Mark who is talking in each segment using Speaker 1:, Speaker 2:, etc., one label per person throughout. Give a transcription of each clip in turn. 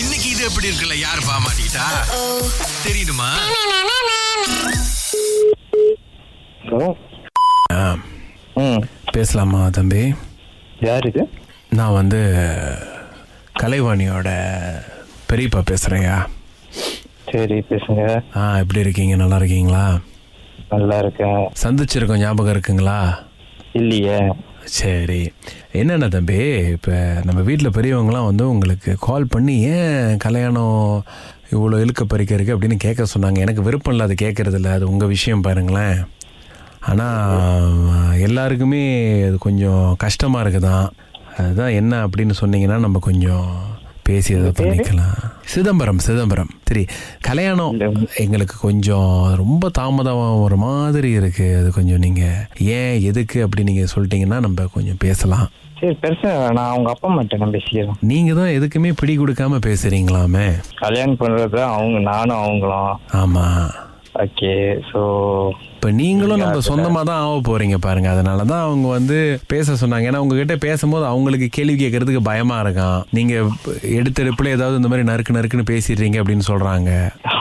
Speaker 1: இன்னைக்கு இது எப்படி இருக்குல்ல யார் பாமாட்டா தெரியுமா
Speaker 2: ஹலோ ம்
Speaker 3: பேசலாமா தம்பி
Speaker 2: யார் இது
Speaker 3: நான் வந்து கலைவாணியோட பெரியப்பா பேசுகிறேயா
Speaker 2: சரி பேசுங்க
Speaker 3: ஆ எப்படி இருக்கீங்க நல்லா இருக்கீங்களா
Speaker 2: நல்லா இருக்கேன்
Speaker 3: சந்திச்சிருக்கோம் ஞாபகம் இருக்குங்களா
Speaker 2: இல்லையே
Speaker 3: சரி என்னென்ன தம்பி இப்போ நம்ம வீட்டில் பெரியவங்களாம் வந்து உங்களுக்கு கால் பண்ணி ஏன் கல்யாணம் இவ்வளோ இழுக்க பறிக்க இருக்கு அப்படின்னு கேட்க சொன்னாங்க எனக்கு விருப்பம் இல்லை அது கேட்குறதில்ல அது உங்கள் விஷயம் பாருங்களேன் ஆனால் எல்லாருக்குமே அது கொஞ்சம் கஷ்டமாக இருக்குதான் அதுதான் என்ன அப்படின்னு சொன்னீங்கன்னா நம்ம கொஞ்சம் பேசி அதை பண்ணிக்கலாம் சிதம்பரம் சிதம்பரம் சரி கல்யாணம் எங்களுக்கு கொஞ்சம் ரொம்ப தாமதம் ஒரு மாதிரி இருக்கு அது கொஞ்சம் நீங்க ஏன் எதுக்கு அப்படி நீங்க சொல்லிட்டீங்கன்னா நம்ம கொஞ்சம் பேசலாம்
Speaker 2: சரி பிரச்சனை இல்லை. நான் அவங்க அப்பா அம்மாட்ட நான் பேசிக்கிறேன்
Speaker 3: நீங்க தான் எதுக்குமே பிடி கொடுக்காம பேசுறீங்களாமே
Speaker 2: கல்யாணம் பண்ணுறது அவங்க நானும் அவங்களும்
Speaker 3: ஆமா
Speaker 2: ஓகே ஸோ
Speaker 3: இப்போ நீங்களும் நம்ம சொந்தமாக தான் ஆக போறீங்க பாருங்க அதனால தான் அவங்க வந்து பேச சொன்னாங்க ஏன்னா உங்ககிட்ட பேசும்போது அவங்களுக்கு கேள்வி கேட்கறதுக்கு பயமா இருக்கான் நீங்க எடுத்த ரிப்ளை ஏதாவது இந்த மாதிரி நறுக்கு நறுக்குன்னு பேசிடுறீங்க அப்படின்னு சொல்றாங்க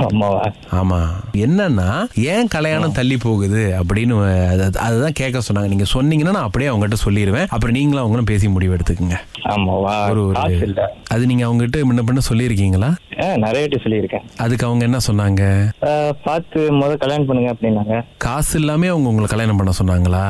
Speaker 2: அம்மாவா
Speaker 3: ஆமா என்னன்னா ஏன் கல்யாணம் தள்ளி போகுது அப்படின்னு அது- அது- அதுதான் கேட்க சொன்னாங்க நீங்க சொன்னீங்கன்னா நான் அப்படியே அவங்ககிட்ட சொல்லிடுவேன் அப்புறம் நீங்களும் அவங்களும் பேசி முடிவு எடுத்துக்கங்க
Speaker 2: ஆமாவா
Speaker 3: ஒரு ஒரு
Speaker 2: காசு இல்லை
Speaker 3: அது நீங்க அவங்ககிட்ட முன்ன பண்ண சொல்லியிருக்கீங்களா
Speaker 2: ஆ நிறைய வாட்டி சொல்லியிருக்கேன்
Speaker 3: அதுக்கு அவங்க என்ன சொன்னாங்க
Speaker 2: ஆ, பார்த்து முத கல்யாணம் பண்ணுங்க அப்படின்னாங்க
Speaker 3: காசு இல்லாமே அவங்க உங்களை கல்யாணம் பண்ண சொன்னாங்களா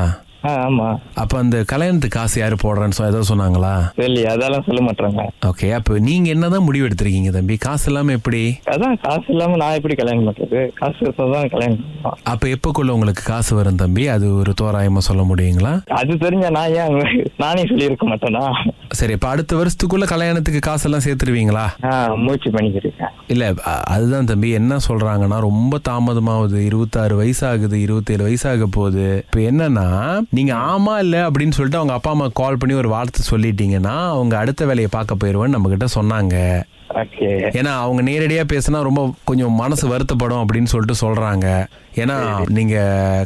Speaker 2: ஆ ஆமாம்
Speaker 3: அப்ப அந்த கல்யாணத்துக்கு காசு யாரு போடுறான்னு சொ- ஏதோ சொன்னாங்களா
Speaker 2: சரி அதெல்லாம் சொல்ல மாட்டாங்க
Speaker 3: ஓகே அப்ப நீங்க என்னதான் முடிவு எடுத்திருக்கீங்க தம்பி காசு இல்லாம எப்படி
Speaker 2: அதான் காசு இல்லாமல் நான் எப்படி கல்யாணம் பண்ணுறது காசு இருந்தால் தான் கல்யாணம் பண்ணுவோம்
Speaker 3: அப்ப எப்பக்குள்ள உங்களுக்கு காசு வரும் தம்பி அது ஒரு தோராயமா சொல்ல முடியுங்களா
Speaker 2: அது தெரிஞ்சா நான் ஏன் அவங்க- நானே சொல்லியிருக்க மாட்டேனா
Speaker 3: சரி இப்ப அடுத்த வருஷத்துக்குள்ள கல்யாணத்துக்கு காசெல்லாம் சேர்த்துருவீங்களா
Speaker 2: ஆ மூச்சு பண்ணிக்கிருக்கேன்
Speaker 3: இல்ல அ- அதுதான் தம்பி என்ன சொல்றாங்கன்னா ரொம்ப தாமதமாகுது இருபத்தாறு வயசாகுது இருபத்தேழு வயசாக போகுது இப்போ என்னன்னா நீங்க ஆமா இல்ல அப்படின்னு சொல்லிட்டு அவங்க அப்பா அம்மா கால் பண்ணி ஒரு வார்த்தை சொல்லிட்டீங்கன்னா அவங்க அடுத்த வேலையை பார்க்க போயிருவேன்னு நம்ம கிட்ட சொன்னாங்க
Speaker 2: ஓகே
Speaker 3: ஏன்னா அவங்க நேரடியா பேசினா ரொம்ப கொஞ்சம் மனசு வருத்தப்படும் அப்படின்னு சொல்லிட்டு சொல்றாங்க ஏன்னா நீங்க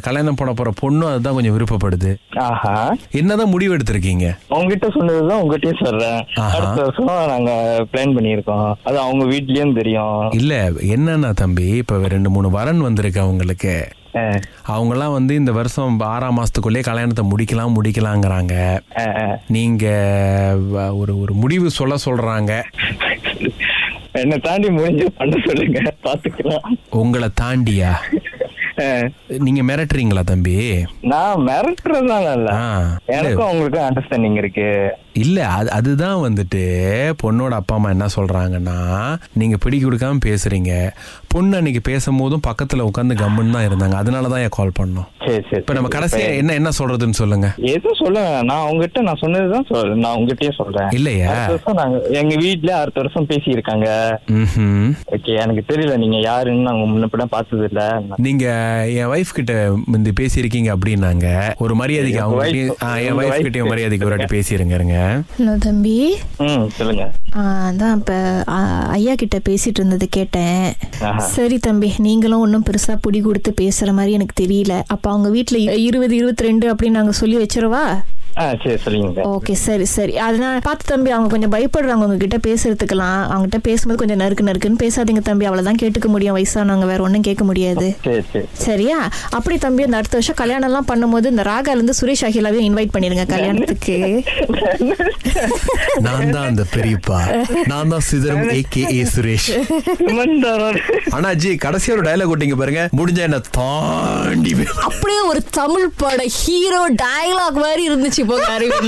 Speaker 3: கல்யாணம் பண்ண போற பொண்ணும் அதுதான் கொஞ்சம் விருப்பப்படுது
Speaker 2: ஆஹா
Speaker 3: என்னதான் முடிவு எடுத்திருக்கீங்க
Speaker 2: உங்ககிட்ட சொன்னதுதான் உங்ககிட்டயும் சொல்றேன்
Speaker 3: ஆஹா.
Speaker 2: அடுத்த வருஷம் நாங்க பிளான் பண்ணியிருக்கோம் அது அவங்க வீட்லயும் தெரியும்
Speaker 3: இல்ல என்னன்னா தம்பி இப்ப ரெண்டு மூணு வரன் வந்திருக்கு அவங்களுக்கு
Speaker 2: ஆ,
Speaker 3: அவங்கெல்லாம் வந்து இந்த வருஷம் ஆறாம் மாசத்துக்குள்ளே கல்யாணத்தை முடிக்கலாம் முடிக்கலாங்கிறாங்க
Speaker 2: ஆ, ஆ.
Speaker 3: நீங்க வ- ஒரு ஒரு முடிவு சொல்ல சொல்றாங்க
Speaker 2: என்னை தாண்டி முடிஞ்சு பண்ண சொல்லுங்க பாத்துக்கலாம்
Speaker 3: உங்களை தாண்டியா
Speaker 2: ஆ,
Speaker 3: நீங்க மிரட்டுறீங்களா தம்பி
Speaker 2: நான் மிரட்டுறதுனால இல்ல
Speaker 3: ஆ இல்ல,
Speaker 2: எனக்கும் அவங்களுக்கும் அண்டர்ஸ்டாண்டிங் இருக்கு
Speaker 3: இல்ல அது அதுதான் வந்துட்டு பொண்ணோட அப்பா அம்மா என்ன சொல்றாங்கன்னா நீங்க பிடி கொடுக்காம பேசுறீங்க பொண்ணு அன்னைக்கு பேசும்போதும் பக்கத்துல உட்காந்து கம்முன்னு தான் இருந்தாங்க அதனால தான் என் கால் பண்ணோம்
Speaker 2: சரி சரி
Speaker 3: இப்ப நம்ம கடைசியா என்ன என்ன சொல்றதுன்னு சொல்லுங்க
Speaker 2: எதுவும் சொல்ல வேணாம். நான் உங்ககிட்ட நான் சொன்னதுதான் சொல்றேன் நான் உங்ககிட்டயே சொல்றேன்
Speaker 3: இல்லையா
Speaker 2: அடுத்த வருஷம் நாங்க எங்க வீட்ல அடுத்த வருஷம் பேசியிருக்காங்க
Speaker 3: ம்
Speaker 2: ஓகே எனக்கு தெரியல நீங்க யாருன்னு நாங்க முன்னப்பட பார்த்தது இல்ல
Speaker 3: நீங்க என் வைஃப் கிட்ட இந்த பேசியிருக்கீங்க அப்படின்னாங்க ஒரு மரியாதைக்கு
Speaker 2: உங்க
Speaker 3: அவங்க
Speaker 2: wife-
Speaker 3: கிட்ட- ஆ, என்
Speaker 2: உங்க
Speaker 3: வைஃப்
Speaker 2: wife
Speaker 3: கிட்டயும்
Speaker 2: கிட்ட
Speaker 3: மரியாதைக்கு ஒரு வாட்டி பேசிருங்க இருங்க.
Speaker 4: ஹலோ தம்பி
Speaker 2: ம் சொல்லுங்க
Speaker 4: ஆ, அதான் இப்போ ஐயா கிட்ட பேசிட்டு இருந்தது கேட்டேன்
Speaker 2: ஆஹா.
Speaker 4: சரி தம்பி நீங்களும் ஒன்றும் பெருசாக பிடி கொடுத்து பேசுகிற மாதிரி எனக்கு தெரியல அப்போ அவங்க வீட்டில் இருபது இருபத்தி ரெண்டு அப்படின்னு நாங்கள் சொல்லி வச்சிடவா
Speaker 2: ஆ சரி சொல்லுங்க
Speaker 4: ஓகே சரி சரி அதனால பார்த்து தம்பி அவங்க கொஞ்சம் பயப்படுறாங்க உங்ககிட்ட பேசுறதுக்கெல்லாம் அவங்ககிட்ட பேசும்போது கொஞ்சம் நறுக்கு நறுக்குன்னு பேசாதீங்க தம்பி அவ்வளோதான் கேட்டுக்க முடியும் வயசானவங்க வேற ஒன்றும் கேட்க முடியாது
Speaker 2: சரி சரி
Speaker 4: சரியா அப்படி தம்பி இந்த அடுத்த வருஷம் கல்யாணம்லாம் பண்ணும்போது இந்த ராகாலேருந்து சுரேஷ் அகிலாவையும் இன்வைட் பண்ணிடுங்க கல்யாணத்துக்கு
Speaker 3: நான் தான் அந்த பெரியப்பா நான் தான் சிதறம் ஏகேஏ சுரேஷ்
Speaker 2: சுமந்தரன்.
Speaker 3: அண்ணாஜி கடைசியா ஒரு டயலாக் விட்டீங்க பாருங்க முடிஞ்சா என்ன தாண்டி வே-
Speaker 5: அப்படியே ஒரு தமிழ் பட ஹீரோ டயலாக் மாதிரி இருந்துச்சு போங்க அறிவு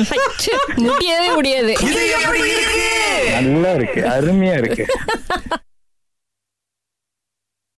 Speaker 5: முடியவே முடியாது
Speaker 2: நல்லா இருக்கு அருமையா இருக்கு